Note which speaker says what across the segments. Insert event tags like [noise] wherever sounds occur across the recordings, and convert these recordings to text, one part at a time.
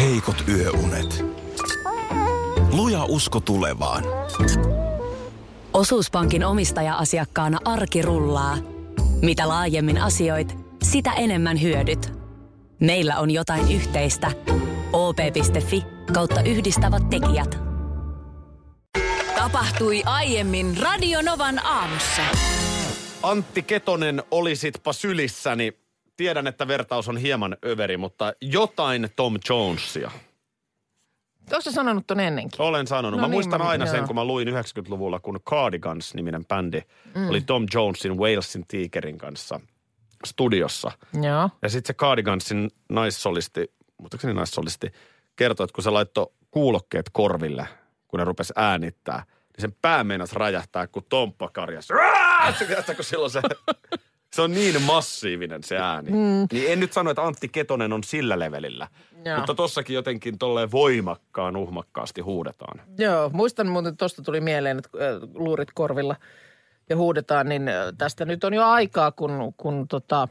Speaker 1: heikot yöunet. Luja usko tulevaan.
Speaker 2: Osuuspankin omistaja-asiakkaana arki rullaa. Mitä laajemmin asioit, sitä enemmän hyödyt. Meillä on jotain yhteistä. op.fi kautta yhdistävät tekijät.
Speaker 3: Tapahtui aiemmin Radionovan aamussa.
Speaker 4: Antti Ketonen, olisitpa sylissäni. Tiedän, että vertaus on hieman överi, mutta jotain Tom Jonesia.
Speaker 5: Oletko sanonut ton ennenkin?
Speaker 4: Olen sanonut.
Speaker 5: No
Speaker 4: mä
Speaker 5: niin,
Speaker 4: muistan
Speaker 5: mä-
Speaker 4: aina sen,
Speaker 5: joo.
Speaker 4: kun mä luin 90-luvulla, kun Cardigans-niminen bändi
Speaker 5: Mm.
Speaker 4: oli Tom Jonesin Walesin Tiikerin kanssa studiossa.
Speaker 5: Joo.
Speaker 4: Ja sitten se Cardigansin naissolisti, muistaakseni naissolisti, kertoi, että kun se laittoi kuulokkeet korville, kun ne rupesi äänittää, niin sen pää meinas räjähtää, kun Tomppa karjas. "Aaah!" Se tiedätkö, kun silloin se, se on niin massiivinen se ääni. Mm. Niin en nyt sano, että Antti Ketonen on sillä levelillä.
Speaker 5: Joo.
Speaker 4: Mutta tossakin jotenkin tolleen voimakkaan, uhmakkaasti huudetaan.
Speaker 5: Joo, muistan muuten, tuosta tuli mieleen, että äh, luurit korvilla ja huudetaan, niin äh, tästä nyt on jo aikaa, kun, kun tota,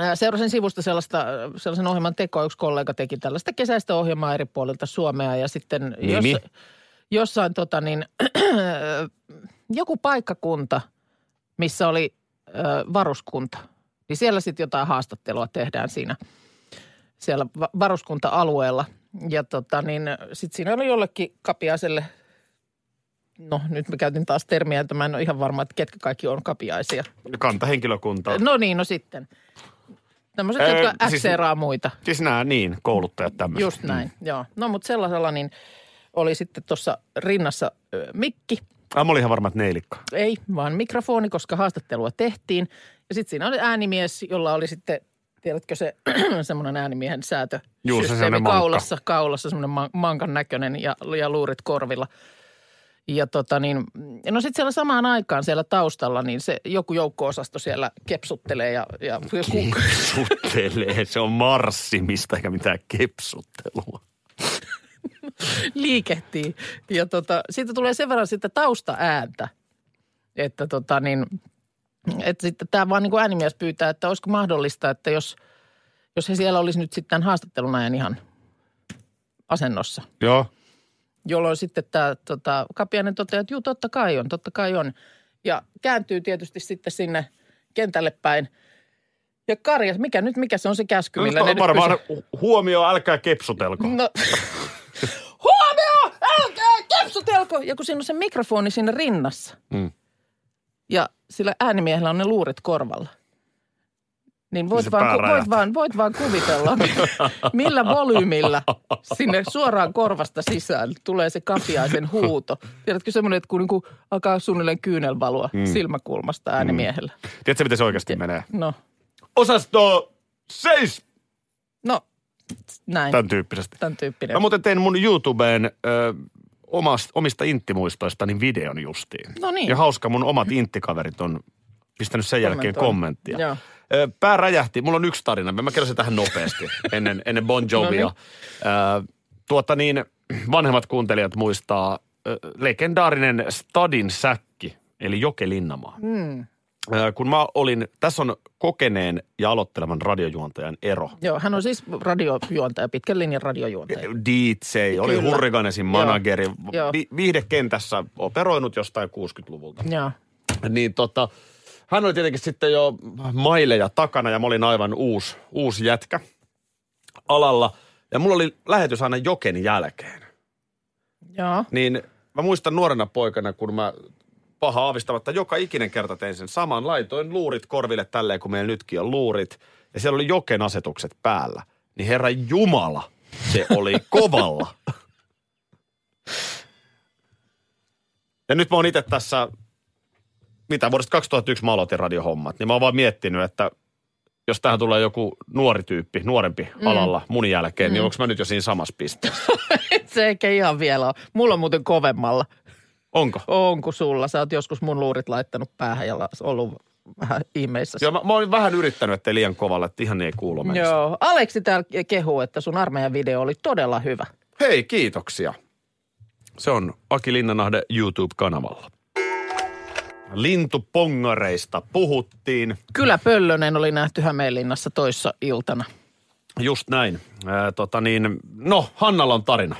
Speaker 5: äh, seurasin sivusta sellaista, äh, sellaisen ohjelman tekoa. Yksi kollega teki tällaista kesäistä ohjelmaa eri puolilta Suomea ja sitten
Speaker 4: Nimi?
Speaker 5: jossain tota, niin, [clears throat] joku paikkakunta, missä oli äh, varuskunta, niin siellä sitten jotain haastattelua tehdään siinä siellä va- varuskunta-alueella. Ja tota, niin sitten siinä oli jollekin kapiaiselle, no nyt mä käytin taas termiä, että mä en ole ihan varma, että ketkä kaikki on kapiaisia.
Speaker 4: Kantahenkilökunta. No.
Speaker 5: No niin, no sitten. Tämmöiset,
Speaker 4: Ö,
Speaker 5: jotka
Speaker 4: siis- Mm.
Speaker 5: äkseeraa muita.
Speaker 4: Siis nämä niin, kouluttajat tämmöiset.
Speaker 5: Just näin, joo. No mutta sellaisella niin oli sitten tuossa rinnassa ö, mikki.
Speaker 4: Ah, mä olin ihan varma, että neilikka.
Speaker 5: Ei, vaan mikrofoni, koska haastattelua tehtiin. Ja sitten siinä oli äänimies, jolla oli sitten, tiedätkö se [clears throat] semmoinen äänimiehen säätö.
Speaker 4: Juu, se
Speaker 5: systeemi
Speaker 4: semmoinen mankka.
Speaker 5: kaulassa, kaulassa semmoinen man, mankan näköinen ja, ja luurit korvilla. Ja tota niin, no sitten siellä samaan aikaan siellä taustalla, niin se joku joukko-osasto siellä kepsuttelee ja, ja ku,
Speaker 4: Kepsuttelee. Se on marssimista eikä mitään kepsuttelua.
Speaker 5: liikehtii. Ja tota, siitä tulee sen verran sitä taustaääntä, että tota niin, että sitten tämä vaan niin kuin äänimies pyytää, että olisiko mahdollista, että jos, jos he siellä olisi nyt sitten tämän haastattelun ajan ihan asennossa,
Speaker 4: Joo.
Speaker 5: jolloin sitten tämä tota, Kapiainen toteaa, että juu, totta kai on, totta kai on. Ja kääntyy tietysti sitten sinne kentälle päin. Ja karjas, mikä nyt, mikä se on se käsky, millä ne nyt
Speaker 4: varmaan
Speaker 5: pysy-
Speaker 4: hu- huomio, älkää kepsutelko. No.
Speaker 5: No. [laughs] Huomio! Älkää kepsutelko! Ja kun siinä on se mikrofoni siinä rinnassa.
Speaker 4: Mm.
Speaker 5: Ja sillä äänimiehellä on ne luuret korvalla. Niin
Speaker 4: se
Speaker 5: voit,
Speaker 4: pää
Speaker 5: vaan, ku- voit,
Speaker 4: räjähtää.
Speaker 5: vaan, voit vaan kuvitella, [laughs] millä volyymilla sinne suoraan korvasta sisään tulee se kapiaisen huuto. Tiedätkö semmoinen, että kun niinku alkaa suunnilleen kyynel valua mm. silmäkulmasta äänimiehellä.
Speaker 4: Tiedätkö, miten se oikeasti menee?
Speaker 5: No,
Speaker 4: Osasto seis!
Speaker 5: no näin. Tän,
Speaker 4: Tämän tyyppisesti.
Speaker 5: Tämän tyyppinen.
Speaker 4: Mä muuten tein mun YouTubeen ö, omasta, omista intimuistoistani videon justiin.
Speaker 5: No niin.
Speaker 4: Ja hauska, mun omat inttikaverit on pistänyt sen jälkeen
Speaker 5: Kommentoinut.
Speaker 4: kommenttia.
Speaker 5: Joo.
Speaker 4: Ö, Pää räjähti. Mulla on yksi tarina. Mä kerron sen tähän
Speaker 5: [laughs]
Speaker 4: nopeasti ennen, ennen Bon Jovia.
Speaker 5: No
Speaker 4: Ö, Tuota niin, vanhemmat kuuntelijat muistaa ö, legendaarinen Stadin säkki, eli Jokelinnamaa. Mm.
Speaker 5: Hmm.
Speaker 4: Kun mä olin, tässä on kokeneen ja aloittelevan radiojuontajan ero.
Speaker 5: Joo, hän on siis radiojuontaja, pitkän linjan radiojuontaja.
Speaker 4: DJ, oli
Speaker 5: Kyllä.
Speaker 4: Hurriganesin manageri,
Speaker 5: Joo.
Speaker 4: Vi- viihdekentässä operoinut jostain 60-luvulta.
Speaker 5: Joo.
Speaker 4: Niin tota, hän oli tietenkin sitten jo maileja takana ja mä olin aivan uusi, uusi jätkä alalla. Ja mulla oli lähetys aina joken jälkeen.
Speaker 5: Joo. [laughs]
Speaker 4: Niin mä muistan nuorena poikana, kun mä paha aavistamatta joka ikinen kerta tein sen saman. Laitoin luurit korville tälleen, kun meillä nytkin on luurit. Ja siellä oli joken asetukset päällä. Niin herra Jumala, se [laughs] oli kovalla. Ja nyt mä oon itse tässä, mitä vuodesta 2001 mä aloitin radiohommat, niin mä oon vaan miettinyt, että jos tähän tulee joku nuori tyyppi, nuorempi mm. alalla mun jälkeen, mm. niin onko mä nyt jo siinä samassa pisteessä?
Speaker 5: Et se eikä ihan vielä ole. Mulla on muuten kovemmalla.
Speaker 4: Onko?
Speaker 5: On kuin sulla. Sä oot joskus mun luurit laittanut päähän ja la- ollut vähän ihmeissä.
Speaker 4: Joo, mä, mä olin vähän yrittänyt, ettei liian kovalla, että ihan niin ei kuulu mennä.
Speaker 5: Joo. Aleksi täällä kehuu, että sun armeijan video oli todella hyvä.
Speaker 4: Hei, kiitoksia. Se on Aki Linnanahde YouTube-kanavalla. Lintupongareista puhuttiin.
Speaker 5: Kyllä Pöllönen oli nähty Hämeenlinnassa toissa iltana.
Speaker 4: Just näin. Ää, tota niin, no, Hannalla on tarina.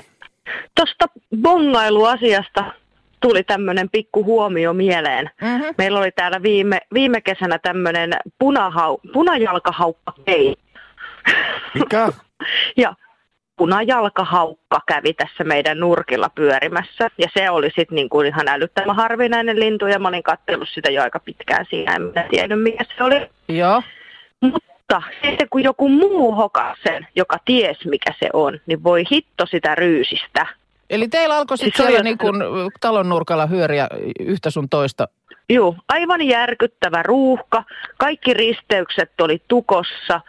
Speaker 6: Tuosta bongailuasiasta tuli tämmöinen pikku huomio mieleen.
Speaker 5: Mm-hmm.
Speaker 6: Meillä oli täällä viime, viime kesänä tämmöinen punahau, punajalkahaukka kei.
Speaker 4: Mikä?
Speaker 6: Ja punajalkahaukka kävi tässä meidän nurkilla pyörimässä. Ja se oli sitten niinku ihan älyttömän harvinainen lintu ja mä olin katsellut sitä jo aika pitkään siinä. En minä tiennyt mikä se oli.
Speaker 5: Joo.
Speaker 6: Mutta sitten kun joku muu hokas sen, joka ties mikä se on, niin voi hitto sitä ryysistä.
Speaker 5: Eli teillä alkoi sitten
Speaker 6: Siis se oli
Speaker 5: siellä
Speaker 6: jo-
Speaker 5: niin kuin talon nurkalla hyöriä yhtä sun toista.
Speaker 6: Joo, aivan järkyttävä ruuhka. Kaikki risteykset oli tukossa.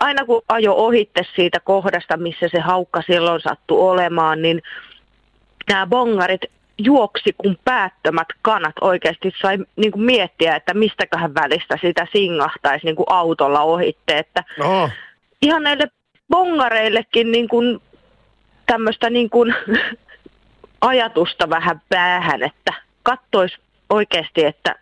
Speaker 6: Aina kun ajo ohitte siitä kohdasta, missä se haukka silloin sattui olemaan, niin nämä bongarit juoksi kuin päättömät kanat oikeasti sai niin kuin miettiä, että mistäköhän välistä sitä singahtaisi niin kuin autolla ohitte. Että
Speaker 4: No,
Speaker 6: ihan näille bongareillekin niin kuin tämmöistä niin kuin [laughs] ajatusta vähän päähän, että kattois oikeasti, että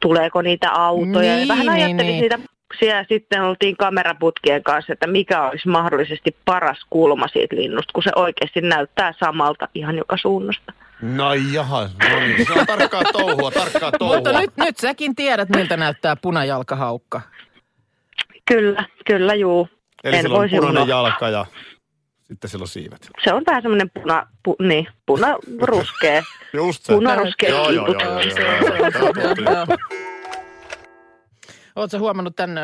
Speaker 6: tuleeko niitä autoja.
Speaker 5: Niin,
Speaker 6: ja vähän
Speaker 5: niin,
Speaker 6: ajattelin
Speaker 5: niin.
Speaker 6: niitä siellä sitten oltiin kameraputkien kanssa, että mikä olisi mahdollisesti paras kulma siitä linnusta, kun se oikeasti näyttää samalta ihan joka suunnasta.
Speaker 4: no jaha, no niin, se on tarkkaa touhua, tarkkaa touhua.
Speaker 5: Mutta nyt, nyt säkin tiedät, miltä näyttää punajalkahaukka.
Speaker 6: Kyllä, kyllä juu.
Speaker 4: Eli
Speaker 6: en
Speaker 4: sillä on
Speaker 6: voisi
Speaker 4: punainen
Speaker 6: unohtaa.
Speaker 4: jalka ja sitten sillä on siivet.
Speaker 6: Se on vähän semmoinen puna, pu, niin, punaruskea.
Speaker 4: Just se.
Speaker 6: Punaruskea
Speaker 4: Joo, joo,
Speaker 6: kiikut.
Speaker 4: joo, joo,
Speaker 5: Se-
Speaker 4: joo, joo,
Speaker 5: se-
Speaker 4: joo, joo, joo, joo.
Speaker 5: Oletko huomannut tämän ö,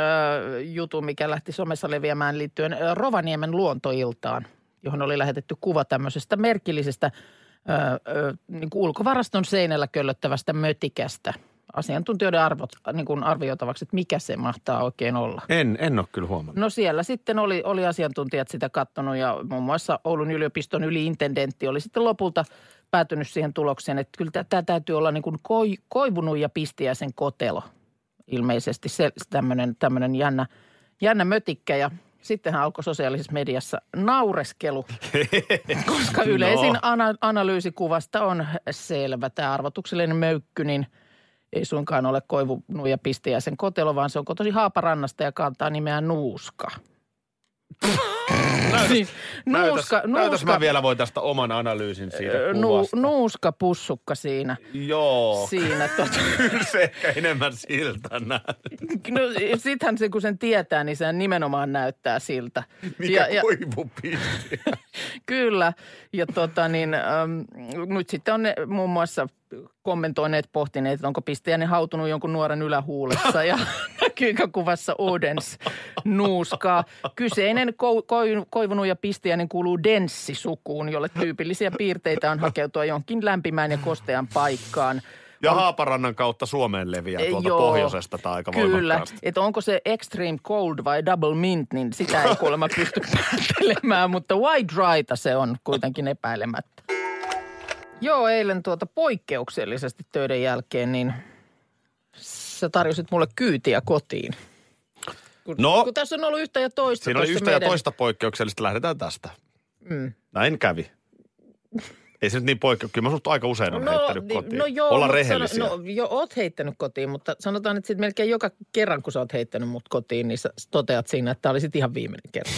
Speaker 5: jutun, mikä lähti somessa leviämään liittyen ö, Rovaniemen luontoiltaan, johon oli lähetetty kuva tämmöisestä merkillisestä ö, ö, niin kuin ulkovaraston seinällä köllöttävästä mötikästä. Asiantuntijoiden arvot, niin kuin arvioitavaksi, että mikä se mahtaa oikein olla.
Speaker 4: En, en ole kyllä huomannut.
Speaker 5: No siellä sitten oli, oli asiantuntijat sitä kattonut ja muun muassa Oulun yliopiston yliintendentti oli sitten lopulta päätynyt siihen tulokseen, että kyllä tämä täytyy olla niin kuin koi, koivunut ja pistiäisen kotelo ilmeisesti. Se tämmöinen, tämmöinen jännä, jännä mötikkä ja sittenhän alkoi sosiaalisessa mediassa naureskelu, koska
Speaker 4: No.
Speaker 5: yleisin ana- analyysi kuvasta on selvä. Tämä arvotuksellinen möykky, niin ei suinkaan ole koivunut ja pistiäisen kotelo, vaan se on tosi haaparannasta ja kantaa nimeä Nuuska. Siis
Speaker 4: [laughs] Näytäs,
Speaker 5: nuuska,
Speaker 4: näytäs
Speaker 5: nuuska,
Speaker 4: mä vielä voin tästä oman analyysin siitä
Speaker 5: ö, nu,
Speaker 4: kuvasta.
Speaker 5: nuuska pussukka siinä.
Speaker 4: Joo,
Speaker 5: Siinä tota, [laughs]
Speaker 4: kyllä [laughs] se ehkä enemmän siltä näyttää.
Speaker 5: no, sittenhän se kun sen tietää, niin sehän nimenomaan näyttää siltä.
Speaker 4: Mikä ja, koivupisti.
Speaker 5: Kyllä. Ja tota niin, äm, nyt sitten on ne muun muassa kommentoineet, pohtineet, että onko pisteäinen hautunut jonkun nuoren ylähuulessa ja näkyykö kuvassa Odens nuuskaa. Kyseinen ko- koi- koivunut ja pisteäinen kuuluu denssisukuun, jolle tyypillisiä piirteitä on hakeutua jonkin lämpimään ja kosteaan paikkaan.
Speaker 4: Ja Haaparannan kautta Suomeen leviää tuolta
Speaker 5: Joo,
Speaker 4: pohjoisesta tai aika
Speaker 5: Kyllä,
Speaker 4: voimakkaasti.
Speaker 5: että onko se extreme cold vai double mint, niin sitä ei kuulemma [laughs] pysty päättelemään, mutta why dryta se on kuitenkin epäilemättä. Joo, eilen tuota poikkeuksellisesti töiden jälkeen, niin sä tarjosit mulle kyytiä kotiin. Kun,
Speaker 4: No.
Speaker 5: kun tässä on ollut yhtä ja toista.
Speaker 4: Siinä oli
Speaker 5: tuossa
Speaker 4: yhtä ja
Speaker 5: meidän-
Speaker 4: toista poikkeuksellista. Lähdetään tästä.
Speaker 5: Mm.
Speaker 4: Näin kävi. Ei se nyt niin poikkeus. Kyllä mä sut aika usein on heittänyt
Speaker 5: niin,
Speaker 4: kotiin.
Speaker 5: No joo,
Speaker 4: Olla
Speaker 5: mutta
Speaker 4: rehellisiä.
Speaker 5: Sano, no joo, oot heittänyt kotiin, mutta sanotaan, että sit melkein joka kerran, kun sä oot heittänyt mut kotiin, niin sä toteat siinä, että tämä oli sit ihan viimeinen kerta.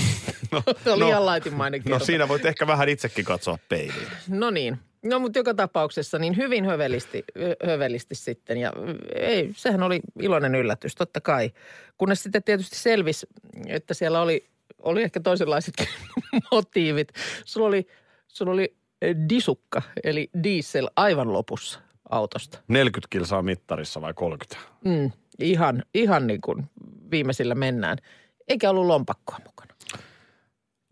Speaker 5: no, Se oli
Speaker 4: [laughs] no,
Speaker 5: ihan laitimmainen
Speaker 4: No
Speaker 5: kerta.
Speaker 4: siinä voit ehkä vähän itsekin katsoa peiliin.
Speaker 5: No niin. No mutta joka tapauksessa niin hyvin hövelisti, ö, hövelisti sitten ja ö, ei, sehän oli iloinen yllätys totta kai. Kunnes sitten tietysti selvisi, että siellä oli, oli ehkä toisenlaisetkin [laughs] motiivit. Sulla oli, sulla oli ö, disukka eli diesel aivan lopussa autosta.
Speaker 4: 40 kilsaa mittarissa vai 30?
Speaker 5: Mm, ihan, ihan niin kuin viimeisillä mennään. Eikä ollut lompakkoa mukana.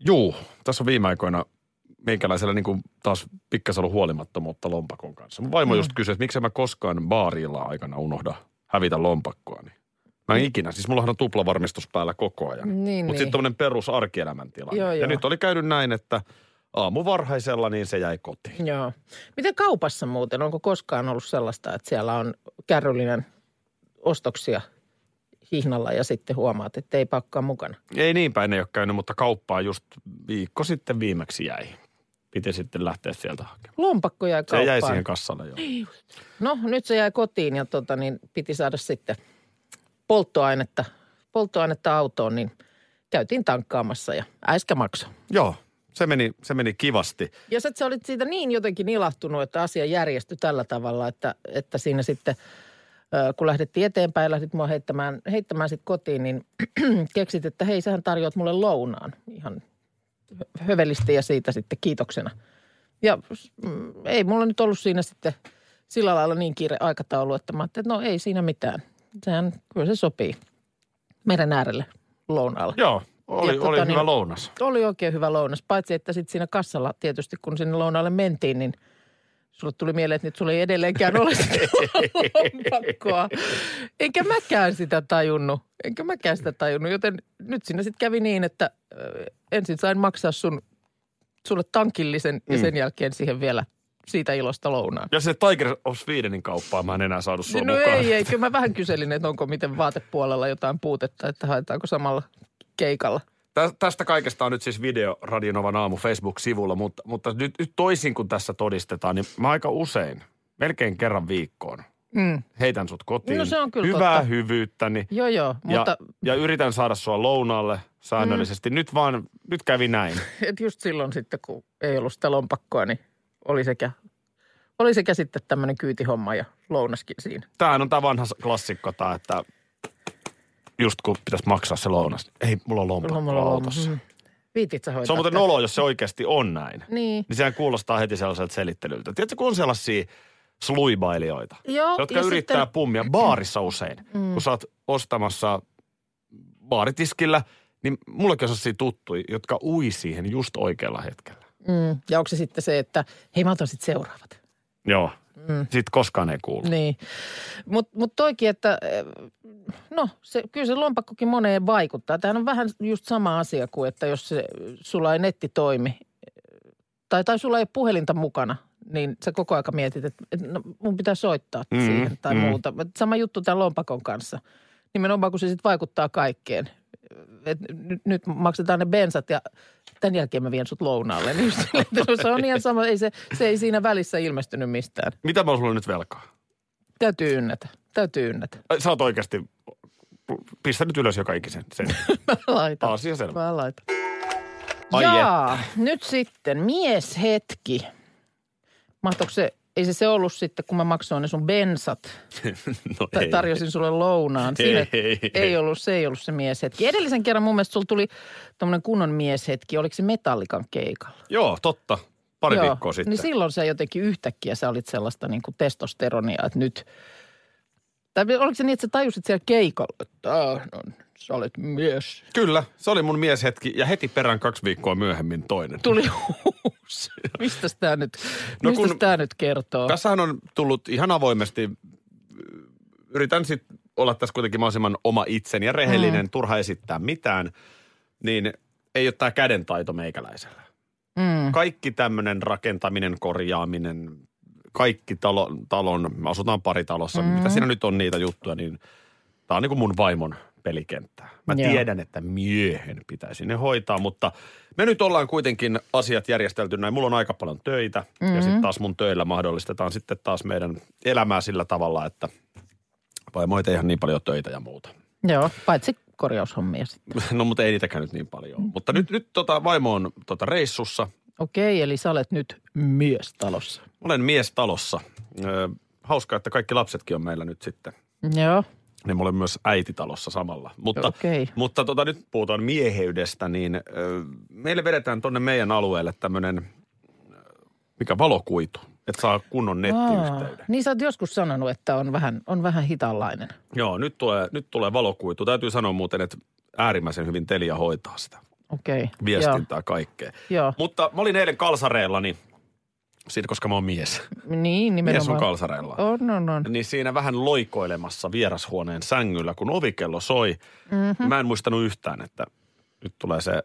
Speaker 4: Juu, tässä on viime aikoina meikäläisellä niin kuin taas pikkasen ollut huolimattomuutta lompakon kanssa. Mun
Speaker 5: Mm.
Speaker 4: vaimo just kysyi, että miksi mä koskaan baarilla aikana unohda hävitä lompakkoa. Niin. Mä en ikinä, siis mullahan on tuplavarmistus päällä koko ajan.
Speaker 5: Niin, niin.
Speaker 4: Mutta sitten tämmöinen perus arkielämän tilanne.
Speaker 5: Joo,
Speaker 4: ja
Speaker 5: joo.
Speaker 4: nyt oli käynyt näin, että aamu varhaisella niin se jäi kotiin.
Speaker 5: Joo. Miten kaupassa muuten? Onko koskaan ollut sellaista, että siellä on kärryllinen ostoksia hihnalla ja sitten huomaat, että ei pakkaa mukana?
Speaker 4: Ei niin päin ei ole käynyt, mutta kauppaa just viikko sitten viimeksi jäi. Piti sitten lähteä sieltä hakemaan.
Speaker 5: Lompakko jäi
Speaker 4: Se
Speaker 5: kauppaan.
Speaker 4: jäi siihen kassalle jo.
Speaker 5: No nyt se jäi kotiin ja tota, niin piti saada sitten polttoainetta, polttoainetta autoon, niin käytiin tankkaamassa ja äiskä maksoi.
Speaker 4: Joo, se meni, se meni kivasti.
Speaker 5: Jos et sä olit siitä niin jotenkin ilahtunut, että asia järjestyi tällä tavalla, että, että siinä sitten ö, kun lähdettiin eteenpäin ja lähdit mua heittämään, heittämään sitten kotiin, niin [clears throat] keksit, että hei, sähän tarjoat mulle lounaan ihan hö- hövelisti ja siitä sitten kiitoksena. Ja mm, ei mulla nyt ollut siinä sitten sillä lailla niin kiire aikataulu, että mä ajattelin, että no ei siinä mitään. Sehän, kyllä se sopii meidän äärelle lounaalle.
Speaker 4: Joo, oli,
Speaker 5: Ja
Speaker 4: ja,
Speaker 5: tota
Speaker 4: oli tota,
Speaker 5: niin-
Speaker 4: hyvä niin... lounas.
Speaker 5: Oli oikein hyvä lounas, paitsi että sitten siinä kassalla tietysti, kun sinne lounaalle mentiin, niin sulle tuli mieleen, että nyt sulla ei edelleenkään ole sitä lompakkoa. Enkä mäkään sitä tajunnut, enkä mäkään sitä tajunnut, joten nyt siinä sitten kävi niin, että ö, ensin sain maksaa sun, sulle tankillisen
Speaker 4: Mm.
Speaker 5: ja sen jälkeen siihen vielä siitä ilosta lounaan.
Speaker 4: Ja se Tiger of Swedenin kauppaa mä en enää saanut sua
Speaker 5: no
Speaker 4: mukaan.
Speaker 5: ei, ei, kyllä mä vähän kyselin, että onko miten vaatepuolella jotain puutetta, että haetaanko samalla keikalla.
Speaker 4: Tä- Tästä kaikesta on nyt siis video Radionovan aamu Facebook-sivulla, mutta, mutta nyt, nyt toisin kuin tässä todistetaan, niin mä aika usein, melkein kerran viikkoon,
Speaker 5: Mm.
Speaker 4: heitän sut kotiin.
Speaker 5: No se on kyllä
Speaker 4: Hyvää
Speaker 5: totta.
Speaker 4: hyvyyttäni.
Speaker 5: Joo, joo, mutta
Speaker 4: Mutta... Ja, ja yritän saada sua lounaalle säännöllisesti. Mm. Nyt vaan, nyt kävi näin.
Speaker 5: Et just silloin sitten, kun ei ollut sitä lompakkoa, niin oli sekä, oli sekä sitten tämmöinen kyytihomma ja lounaskin siinä.
Speaker 4: Tämähän on tämä vanha klassikko tää, että just kun pitäisi maksaa se lounas. niin Ei, mulla on
Speaker 5: Mulla on-
Speaker 4: lompakko
Speaker 5: mulla on-
Speaker 4: autossa.
Speaker 5: mm. Viitit sä hoitaa.
Speaker 4: Se on muuten
Speaker 5: tän?
Speaker 4: nolo, jos se oikeasti on näin.
Speaker 5: Niin.
Speaker 4: Niin sehän kuulostaa heti sellaiselta selittelyltä. Tiedätkö, kun on sellaisia sluibailijoita,
Speaker 5: Joo,
Speaker 4: jotka
Speaker 5: No, ja
Speaker 4: yrittää
Speaker 5: sitten-
Speaker 4: sitten... pummia baarissa usein. Mm. Kun sä oot ostamassa baaritiskillä, niin mullakin on sellaisia tuttuja, jotka ui siihen just oikealla hetkellä.
Speaker 5: Mm. Ja onko se sitten se, että hei mä otan sitten seuraavat.
Speaker 4: Joo. Mm. Sitten koskaan ei kuulu.
Speaker 5: Niin. Mutta mut toikin, että eh, no se, kyllä se lompakkokin moneen vaikuttaa. Tämähän on vähän just sama asia kuin, että jos se, sulla ei netti toimi eh, tai, tai sulla ei ole puhelinta mukana, niin sä koko aika mietit, että et, no, mun pitää soittaa mm,
Speaker 4: Mm,
Speaker 5: siihen tai mm.
Speaker 4: mm.
Speaker 5: muuta. Et sama juttu tämän lompakon kanssa. Nimenomaan kun se sitten vaikuttaa kaikkeen. Eh, Et nyt, nyt maksetaan ne bensat ja tämän jälkeen mä vien sut lounaalle. [laughs] Niin just silleen, että no se on ihan sama, ei se, se ei siinä välissä ilmestynyt mistään.
Speaker 4: Mitä mä oon sulle nyt velkaa?
Speaker 5: Täytyy ynnätä, täytyy [laughs] ynnätä.
Speaker 4: Ai, Sä oot oikeasti, pistä nyt ylös joka ikisen
Speaker 5: [laughs]
Speaker 4: sen.
Speaker 5: Mä laitan.
Speaker 4: Asia selvä.
Speaker 5: Mä laitan.
Speaker 4: Ai
Speaker 5: Jaa, nyt sitten mieshetki. Mahtoiko se, ei se se ollut sitten, kun mä maksoin ne sun bensat.
Speaker 4: No
Speaker 5: Ta- tarjosin sulle lounaan. Siinä ei, ei, ei. ei ollut, se ei ollut se mieshetki. Edellisen kerran mun mielestä sulla tuli tämmöinen kunnon mieshetki. Oliko se Metallikan keikalla?
Speaker 4: Joo, totta. Pari
Speaker 5: Joo.
Speaker 4: viikkoa sitten.
Speaker 5: Niin silloin sä jotenkin yhtäkkiä sä olit sellaista niin kuin testosteronia, että nyt... Tai oliko se niin, että sä tajusit siellä keikalla, että "Tää on, sä olet mies.
Speaker 4: Kyllä, se oli mun mieshetki ja heti perään kaksi viikkoa myöhemmin toinen.
Speaker 5: Tuli
Speaker 4: [laughs]
Speaker 5: uusi. Mistäs tää nyt, no
Speaker 4: No
Speaker 5: mistäs
Speaker 4: kun-
Speaker 5: tää nyt kertoo?
Speaker 4: Tässähän on tullut ihan avoimesti, yritän sitten olla tässä kuitenkin mahdollisimman oma itseni ja rehellinen, mm. turha esittää mitään, niin ei ole tämä kädentaito meikäläisellä.
Speaker 5: Mm.
Speaker 4: Kaikki tämmöinen rakentaminen, korjaaminen, kaikki talo, talon, me asutaan paritalossa, mm. mitä siinä nyt on niitä juttuja, niin tämä on niin kuin mun vaimon pelikenttää. Mä
Speaker 5: Joo.
Speaker 4: Joo. tiedän, että miehen pitäisi ne hoitaa, mutta me nyt ollaan kuitenkin asiat järjestelty näin. Mulla on aika paljon töitä mm-hmm. ja sitten taas mun töillä mahdollistetaan sitten taas meidän elämää sillä tavalla, että vaimo ei tee ihan niin paljon töitä ja muuta. [laughs]
Speaker 5: Joo, paitsi korjaushommia sitten.
Speaker 4: No mutta ei niitäkään nyt niin paljon. ole. Mutta nyt, nyt tota, vaimo on tota, reissussa
Speaker 5: Okei, eli sä olet nyt mies talossa.
Speaker 4: Olen mies talossa. Ö, hauskaa, että kaikki lapsetkin on meillä nyt sitten.
Speaker 5: Joo.
Speaker 4: Niin mä olen myös äiti talossa samalla. Mutta,
Speaker 5: Okei.
Speaker 4: mutta tota, nyt puhutaan mieheydestä, niin ö, meille vedetään tonne meidän alueelle tämmöinen, mikä valokuitu, että saa kunnon nettiyhteyden.
Speaker 5: Aa, Niin sä oot joskus sanonut, että on vähän, on vähän hitaanlainen.
Speaker 4: Joo, nyt tulee, nyt tulee valokuitu. Täytyy sanoa muuten, että äärimmäisen hyvin Telia hoitaa sitä
Speaker 5: Okei.
Speaker 4: viestintää kaikkea.
Speaker 5: Joo.
Speaker 4: Mutta mä olin eilen kalsareillani, siitä koska mä oon mies.
Speaker 5: Joo. Niin,
Speaker 4: Mies on
Speaker 5: nimenomaan.
Speaker 4: kalsareilla.
Speaker 5: on, on, on.
Speaker 4: niin siinä vähän loikoilemassa vierashuoneen sängyllä, kun ovikello soi.
Speaker 5: Mhm.
Speaker 4: Mm-hmm. Mä en muistanut yhtään, että nyt tulee se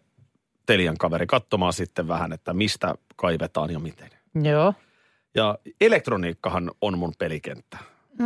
Speaker 4: Telian kaveri katsomaan sitten vähän, että mistä kaivetaan ja miten.
Speaker 5: Joo.
Speaker 4: Ja elektroniikkahan on mun pelikenttä.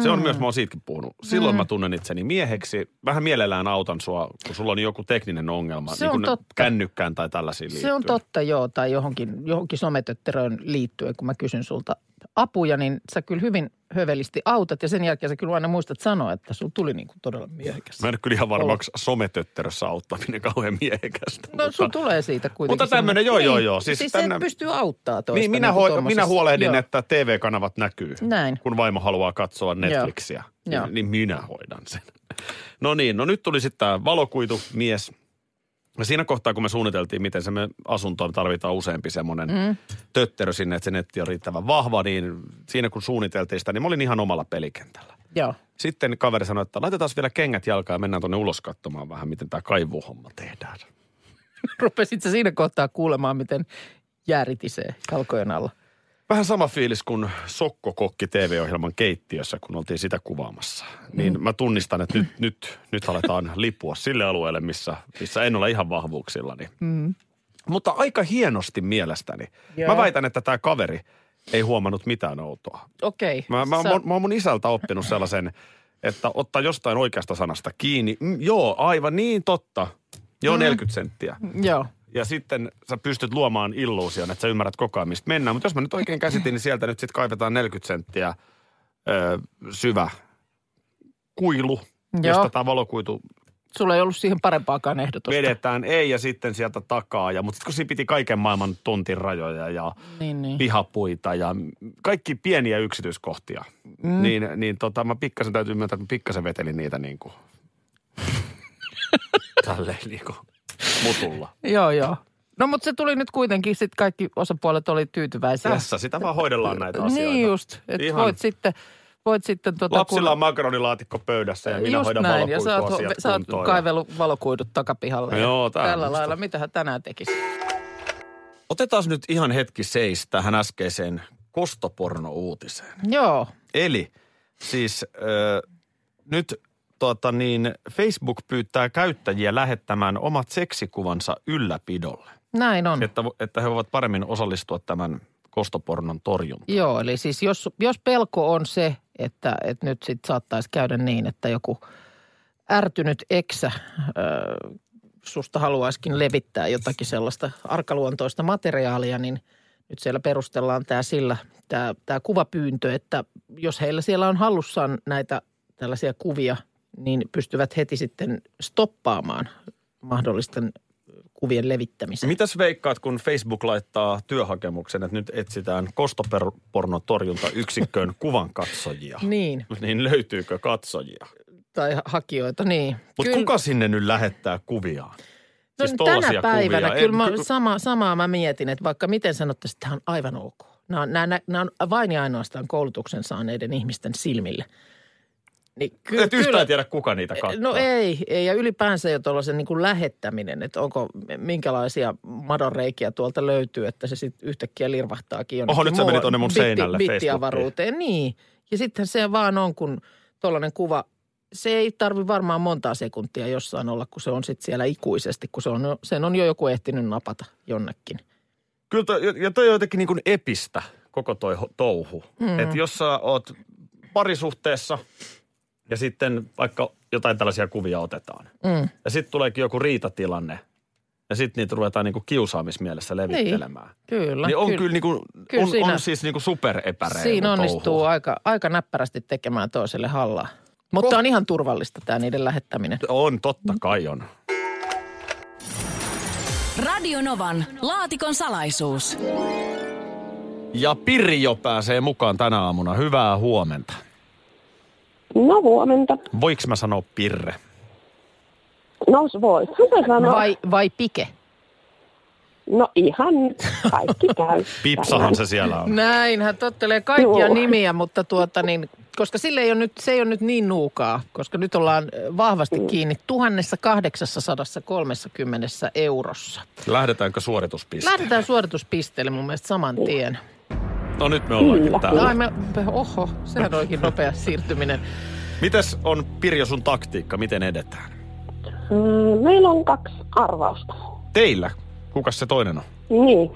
Speaker 4: Se
Speaker 5: Mm.
Speaker 4: on myös, mä oon siitäkin puhunut. Silloin mä tunnen itseni mieheksi. Vähän mielellään autan sua, kun sulla on joku tekninen ongelma.
Speaker 5: Se
Speaker 4: niin
Speaker 5: on
Speaker 4: kuin
Speaker 5: totta.
Speaker 4: Kännykkään tai tällaisiin liittyen.
Speaker 5: Se on totta, joo, tai johonkin, johonkin sometötteröön liittyen, kun mä kysyn sulta apuja, niin sä kyllä hyvin, hövelisti autat ja sen jälkeen sä kyllä aina muistat sanoa, että sun tuli niin kuin todella miehekäs.
Speaker 4: Mä en ole kyllä ihan varma, onko sometötterössä auttaminen kauhean miehekästä.
Speaker 5: Oh. No sun tulee siitä kuitenkin.
Speaker 4: Mutta tämmönen, joo, joo, joo.
Speaker 5: Siis,
Speaker 4: Siis
Speaker 5: siis
Speaker 4: tänne-
Speaker 5: se pystyy auttaa toista.
Speaker 4: Niin, minä,
Speaker 5: kuin
Speaker 4: hoi,
Speaker 5: tommosessa.
Speaker 4: minä huolehdin,
Speaker 5: Joo.
Speaker 4: joo. että TV-kanavat näkyy.
Speaker 5: Näin.
Speaker 4: Kun vaimo haluaa katsoa Netflixiä,
Speaker 5: Joo. Joo.
Speaker 4: Niin, niin minä hoidan sen. [laughs] No niin, no nyt tuli sitten tämä valokuitu mies. Ja siinä kohtaa, kun me suunniteltiin, miten se me asuntoon tarvitaan useampi semmoinen mm. tötterö sinne, että se netti on riittävän vahva, niin siinä kun suunniteltiin sitä, niin mä olin ihan omalla pelikentällä.
Speaker 5: Joo. [laughs]
Speaker 4: Sitten kaveri sanoi, että laitetaan vielä kengät jalkaan ja mennään tuonne ulos katsomaan vähän, miten tämä kaivuhomma tehdään.
Speaker 5: Rupesit sä siinä kohtaa kuulemaan, miten jääritisee jalkojen alla.
Speaker 4: Vähän sama fiilis kuin Sokkokokki TV-ohjelman keittiössä, kun oltiin sitä kuvaamassa. Niin mä tunnistan, että nyt, nyt, nyt aletaan lipua sille alueelle, missä, missä en ole ihan vahvuuksillani. Mutta aika hienosti mielestäni.
Speaker 5: Joo.
Speaker 4: Mä väitän, että tämä kaveri ei huomannut mitään outoa.
Speaker 5: Okei.
Speaker 4: Mä, mä,
Speaker 5: sä-
Speaker 4: mä, oon- mä oon mun isältä oppinut sellaisen, että ottaa jostain oikeasta sanasta kiinni. Mm, joo, aivan niin totta. Joo, 40 senttiä.
Speaker 5: Joo.
Speaker 4: Ja sitten sä pystyt luomaan illuusion, että sä ymmärrät koko ajan, mistä mennään. Mutta jos mä nyt oikein käsitin, niin sieltä nyt sitten kaivetaan 40 senttiä ö, syvä kuilu, Joo. josta tämä valokuitu
Speaker 5: Sulla ei ollut siihen parempaakaan ehdotusta.
Speaker 4: vedetään. Ei, ja sitten sieltä takaa. Ja, mutta sitten kun siinä piti kaiken maailman tontin rajoja ja
Speaker 5: Niin, niin.
Speaker 4: pihapuita ja kaikki pieniä yksityiskohtia, mm. niin, niin tota, mä pikkasen täytyy myöntää, että mä pikkasen vetelin niitä niin kuin, tälleen niin kuin mutulla.
Speaker 5: Joo, joo. No mutta se tuli nyt kuitenkin, sitten kaikki osapuolet oli tyytyväisiä.
Speaker 4: Tässä sitä vaan hoidellaan näitä asioita.
Speaker 5: Niin just, että
Speaker 4: Ihan.
Speaker 5: voit sitten, voit sitten tuota...
Speaker 4: Lapsilla on makaronilaatikko pöydässä ja minä
Speaker 5: just
Speaker 4: hoidan
Speaker 5: näin, ja sä oot,
Speaker 4: valokuituasiat
Speaker 5: sä oot
Speaker 4: kuntoon.
Speaker 5: kaivellut valokuidut takapihalle. ja
Speaker 4: Joo, tää on
Speaker 5: Tällä
Speaker 4: musta.
Speaker 5: lailla, mitä hän tänään tekisi?
Speaker 4: Otetaan nyt ihan hetki seis tähän äskeiseen kostoporno-uutiseen.
Speaker 5: Joo,
Speaker 4: Eli siis äh, nyt tota niin, Facebook pyytää käyttäjiä lähettämään omat seksikuvansa ylläpidolle,
Speaker 5: näin on.
Speaker 4: että, vo- että he voivat paremmin osallistua tämän kostopornon torjuntaan.
Speaker 5: Joo, eli siis jos, jos pelko on se, että, että nyt sitten saattaisi käydä niin, että joku ärtynyt eksä ö, susta haluaiskin levittää jotakin sellaista arkaluontoista materiaalia, niin nyt siellä perustellaan tämä sillä, tämä, tämä kuvapyyntö, että jos heillä siellä on hallussaan näitä tällaisia kuvia, niin pystyvät heti sitten stoppaamaan mahdollisten kuvien levittämisen.
Speaker 4: Mitäs veikkaat, kun Facebook laittaa työhakemuksen, että nyt etsitään kostopornon torjuntayksikköön kuvan katsojia?
Speaker 5: Niin,
Speaker 4: [laughs] Niin löytyykö katsojia?
Speaker 5: tai hakijoita, niin.
Speaker 4: Mutta
Speaker 5: Kyllä.
Speaker 4: kuka sinne nyt lähettää kuviaan?
Speaker 5: No
Speaker 4: Siis
Speaker 5: tänä
Speaker 4: tollasia
Speaker 5: päivänä
Speaker 4: kuvia.
Speaker 5: kyllä mä,
Speaker 4: En- ky-
Speaker 5: sama, samaa mä mietin, että vaikka miten sanottaisiin, että tämä on aivan ok. Nämä on, nämä, nämä on vain ja ainoastaan koulutuksen saaneiden ihmisten silmille. Niin ky-
Speaker 4: Et yhtään tiedä, kuka niitä katsoo.
Speaker 5: No ei, ei, ja ylipäänsä jo tuollaisen niin kuin lähettäminen, että onko, minkälaisia madonreikiä tuolta löytyy, että se sitten yhtäkkiä lirvahtaakin jonnekin.
Speaker 4: Oho, nyt se meni
Speaker 5: muualle.
Speaker 4: tonne mun
Speaker 5: Bitti-
Speaker 4: seinälle
Speaker 5: Bittiavaruuteen, niin. Ja sittenhän se vaan on, kun tuollainen kuva, se ei tarvi varmaan montaa sekuntia jossain olla, kun se on sitten siellä ikuisesti, kun se on, sen on jo joku ehtinyt napata jonnekin.
Speaker 4: Kyllä toi, ja toi on jotenkin niin kuin epistä, koko toi ho- touhu. Mm. Että jos sä oot parisuhteessa ja sitten vaikka jotain tällaisia kuvia otetaan.
Speaker 5: Mm.
Speaker 4: Ja sitten tuleekin joku riitatilanne. Ja sitten niitä ruvetaan niin kuin kiusaamismielessä levittelemään. Niin,
Speaker 5: Kyllä,
Speaker 4: niin on kyllä,
Speaker 5: kyllä.
Speaker 4: niin kuin,
Speaker 5: Kyllä
Speaker 4: on,
Speaker 5: siinä-
Speaker 4: on siis niin kuin superepäreilu
Speaker 5: Siinä
Speaker 4: touhua.
Speaker 5: onnistuu aika, aika näppärästi tekemään toiselle hallaa. Mutta on ihan turvallista tämä niiden lähettäminen.
Speaker 4: On, totta kai on.
Speaker 3: Radionovan laatikon salaisuus.
Speaker 4: Ja Pirjo pääsee mukaan tänä aamuna. Hyvää huomenta.
Speaker 6: No huomenta.
Speaker 4: Voiks mä sanoa Pirre?
Speaker 6: No voi. Mitä sanoo?
Speaker 5: Vai, vai pike?
Speaker 6: No ihan kaikki käy.
Speaker 4: Pipsahan se siellä on.
Speaker 5: Näin, hän tottelee kaikkia
Speaker 6: Joo.
Speaker 5: nimiä, mutta tuota niin, koska sille ei ole nyt, se ei ole nyt niin nuukaa, koska nyt ollaan ö, vahvasti
Speaker 6: Niin.
Speaker 5: kiinni 1830 eurossa.
Speaker 4: Lähdetäänkö suorituspisteelle?
Speaker 5: Lähdetään suorituspisteelle mun mielestä saman tien.
Speaker 4: No nyt me ollaankin täällä.
Speaker 5: Ai me, oho, sehän olikin nopea siirtyminen.
Speaker 4: Mitäs on Pirjo sun taktiikka? Miten edetään?
Speaker 6: Mm, Meillä on kaksi arvausta.
Speaker 4: Teillä? Kukas se toinen on?
Speaker 6: Niin.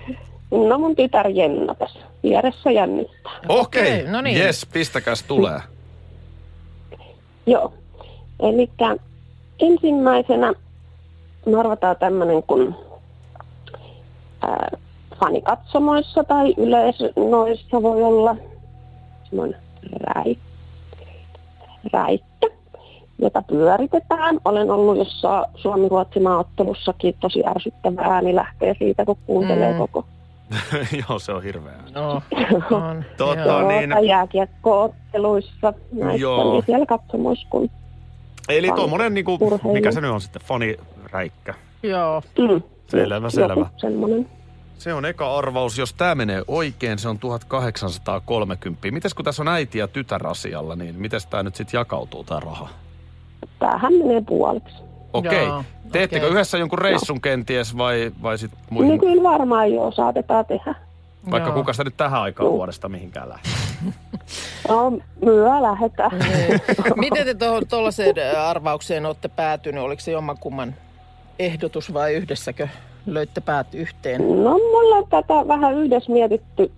Speaker 6: No mun tytär Jenna tässä vieressä jännittää.
Speaker 4: Okei,
Speaker 5: Okei, no niin.
Speaker 4: Jes, pistäkäs tulee.
Speaker 6: Joo. Eli ensimmäisenä me arvataan tämmöinen kuin ää, fanikatsomoissa tai yleisönoissa voi olla semmoinen räi, räittä, jota pyöritetään. Olen ollut jossain Suomi-Ruotsi-maaottelussakin tosi ärsyttävä ääni lähtee siitä, kun kuuntelee
Speaker 5: Mm.
Speaker 6: mm. koko
Speaker 4: [laughs] Joo, se on hirveää.
Speaker 5: No, on.
Speaker 4: Totta.
Speaker 5: Joo.
Speaker 4: No niin.
Speaker 6: niin. jääkiekkootteluissa näissä,
Speaker 4: Joo.
Speaker 6: Joo. niin siellä katsomus, kun
Speaker 4: Eli
Speaker 6: Fani-
Speaker 4: tuommoinen, niinku,
Speaker 6: urheilu.
Speaker 4: mikä se nyt on sitten, faniräikkä.
Speaker 5: Joo.
Speaker 6: mm,
Speaker 4: Selvä, selvä.
Speaker 6: joku semmoinen.
Speaker 4: Se on eka arvaus. Jos tämä menee oikein, se on 1830. Mites kun tässä on äiti ja tytär asialla, niin mites tämä nyt sitten jakautuu tämä raha?
Speaker 6: Tämähän menee puoliksi.
Speaker 4: Okei.
Speaker 5: Joo,
Speaker 4: Teettekö
Speaker 5: okei.
Speaker 4: yhdessä jonkun reissun kenties vai, vai sitten muihin?
Speaker 6: Niin kyllä varmaan jo saatetaan tehdä.
Speaker 4: Vaikka
Speaker 5: Joo.
Speaker 4: kuka sitä nyt tähän aikaan
Speaker 6: Joo.
Speaker 4: vuodesta mihinkään lähtee.
Speaker 6: No, myö lähetään.
Speaker 5: Niin. Miten te tuollaiseen arvaukseen olette päätynyt? Oliko se jommankumman ehdotus vai yhdessäkö löitte päät yhteen?
Speaker 6: No, mulla on tätä vähän yhdessä mietitty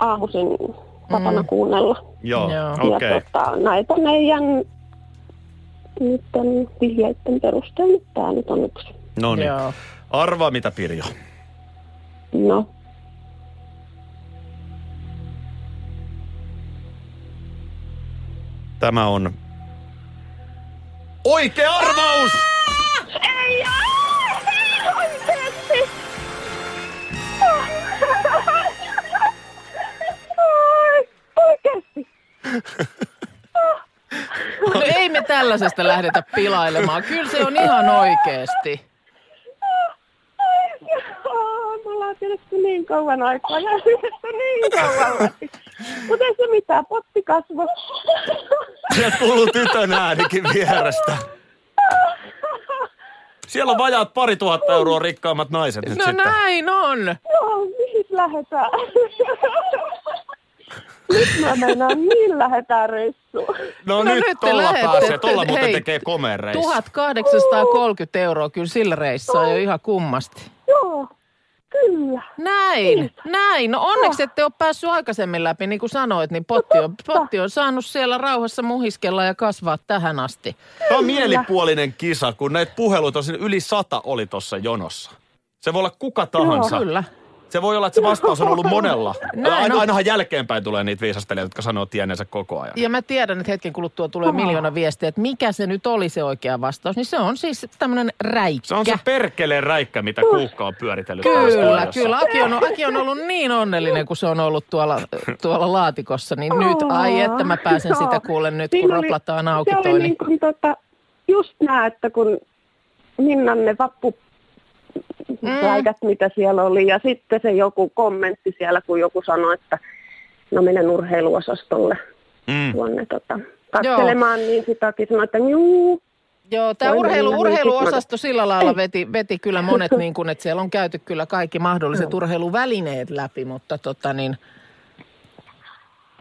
Speaker 6: aamuisin tapana mm. kuunnella.
Speaker 4: Joo,
Speaker 5: Joo.
Speaker 4: okei.
Speaker 6: Ja tota, näitä meidän niiden vihjeiden perusteella nyt tää nyt on yksi.
Speaker 4: No niin.
Speaker 5: Joo.
Speaker 4: Arvaa mitä Pirjo.
Speaker 6: No,
Speaker 4: Tämä on oikea arvaus!
Speaker 6: oikeasti.
Speaker 5: No ei me tällaisesta lähdetä pilailemaan. Kyllä se on ihan oikeesti.
Speaker 6: Joo, me ollaan tiedetty niin kauan aikaa ja [laughs] yhdessä niin kauan. Mutta ei se mitään, potti kasvo.
Speaker 4: Sieltä kuuluu tytön äänikin vierestä. Siellä on vajaat pari tuhatta euroa rikkaammat naiset nyt
Speaker 5: No
Speaker 4: sitten.
Speaker 5: näin on.
Speaker 6: Joo, mihin lähetään? [laughs] Nyt mä meinaan, niin lähetään reissuun.
Speaker 4: No,
Speaker 5: No
Speaker 4: nyt,
Speaker 5: nyt te
Speaker 4: tolla
Speaker 5: lähette,
Speaker 4: pääsee.
Speaker 5: että-
Speaker 4: Tolla muuten
Speaker 5: hei,
Speaker 4: tekee komeen reissu.
Speaker 5: 1830 euroa kyllä sillä reissaa jo ihan kummasti.
Speaker 6: Joo, kyllä.
Speaker 5: Näin, näin. No onneksi ette ole päässyt aikaisemmin läpi, niin kuin sanoit, niin potti on, potti on saanut siellä rauhassa muhiskella ja kasvaa tähän asti.
Speaker 4: Tämä on mielipuolinen kisa, kun näitä puheluita on siinä yli sata oli tuossa jonossa. Se voi olla kuka tahansa.
Speaker 5: Kyllä.
Speaker 4: Se voi olla, että se vastaus on
Speaker 5: [laughs]
Speaker 4: ollut monella.
Speaker 5: Näin
Speaker 4: Aina,
Speaker 5: on.
Speaker 4: ainahan jälkeenpäin tulee niitä viisastelijoita, jotka sanoo tienneensä koko ajan.
Speaker 5: Ja mä tiedän, että hetken kuluttua tulee miljoona viestiä, että mikä se nyt oli se oikea vastaus. Niin se on siis tämmöinen räikkä.
Speaker 4: Se on se perkeleen räikkä, mitä kuukka on pyöritellyt. täällä
Speaker 5: Kyllä,
Speaker 4: studiossa.
Speaker 5: kyllä. Aki on, Aki on ollut niin onnellinen, kun se on ollut tuolla, tuolla laatikossa. Niin nyt, ai että mä pääsen sitä kuulen nyt, kun
Speaker 6: Siinä oli-
Speaker 5: roplataan auki
Speaker 6: Se oli
Speaker 5: toi.
Speaker 6: niin kuin tota, just nää, että kun Minnan ne vappu mm. mitä siellä oli, ja sitten se joku kommentti siellä, kun joku sanoi, että no menen urheiluosastolle
Speaker 4: Mm.
Speaker 6: tuonne tota, katselemaan, Joo. niin sitäkin sanoi, että juu,
Speaker 5: Joo, tämä
Speaker 6: Voi
Speaker 5: urheilu,
Speaker 6: mennä, niin
Speaker 5: urheiluosasto sillä lailla veti, veti kyllä monet, niin kuin, että siellä on käyty kyllä kaikki mahdolliset urheiluvälineet läpi, mutta tota niin,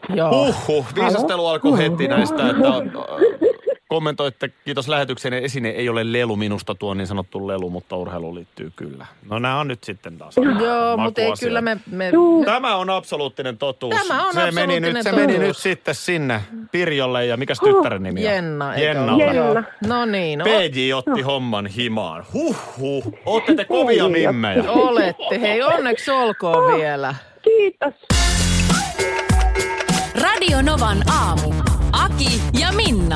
Speaker 5: joo.
Speaker 4: Uhu, viisastelu alkoi heti näistä, että äh, kommentoitte, kiitos lähetyksen esine ei ole lelu minusta tuo niin sanottu lelu, mutta urheilu liittyy kyllä. No nämä on nyt sitten taas.
Speaker 5: Joo, mutta ei
Speaker 4: makuasia.
Speaker 5: kyllä me, me
Speaker 6: juu.
Speaker 4: Tämä on absoluuttinen totuus.
Speaker 5: Tämä on
Speaker 4: se meni
Speaker 5: absoluuttinen
Speaker 4: nyt, Se meni
Speaker 5: totuus.
Speaker 4: nyt sitten sinne Pirjolle ja mikäs tyttären nimi on?
Speaker 5: Jenna, eikö
Speaker 4: Jennalle.
Speaker 5: ole?
Speaker 6: Jenna.
Speaker 5: Joo. No niin, no,
Speaker 4: PJ otti homman himaan. Huhhuh, ootte te kovia
Speaker 6: PJ otti.
Speaker 4: mimmejä.
Speaker 5: olette. Hei, onneksi olkoon vielä.
Speaker 6: kiitos.
Speaker 3: Radio Novan aamu. Aki ja Minna.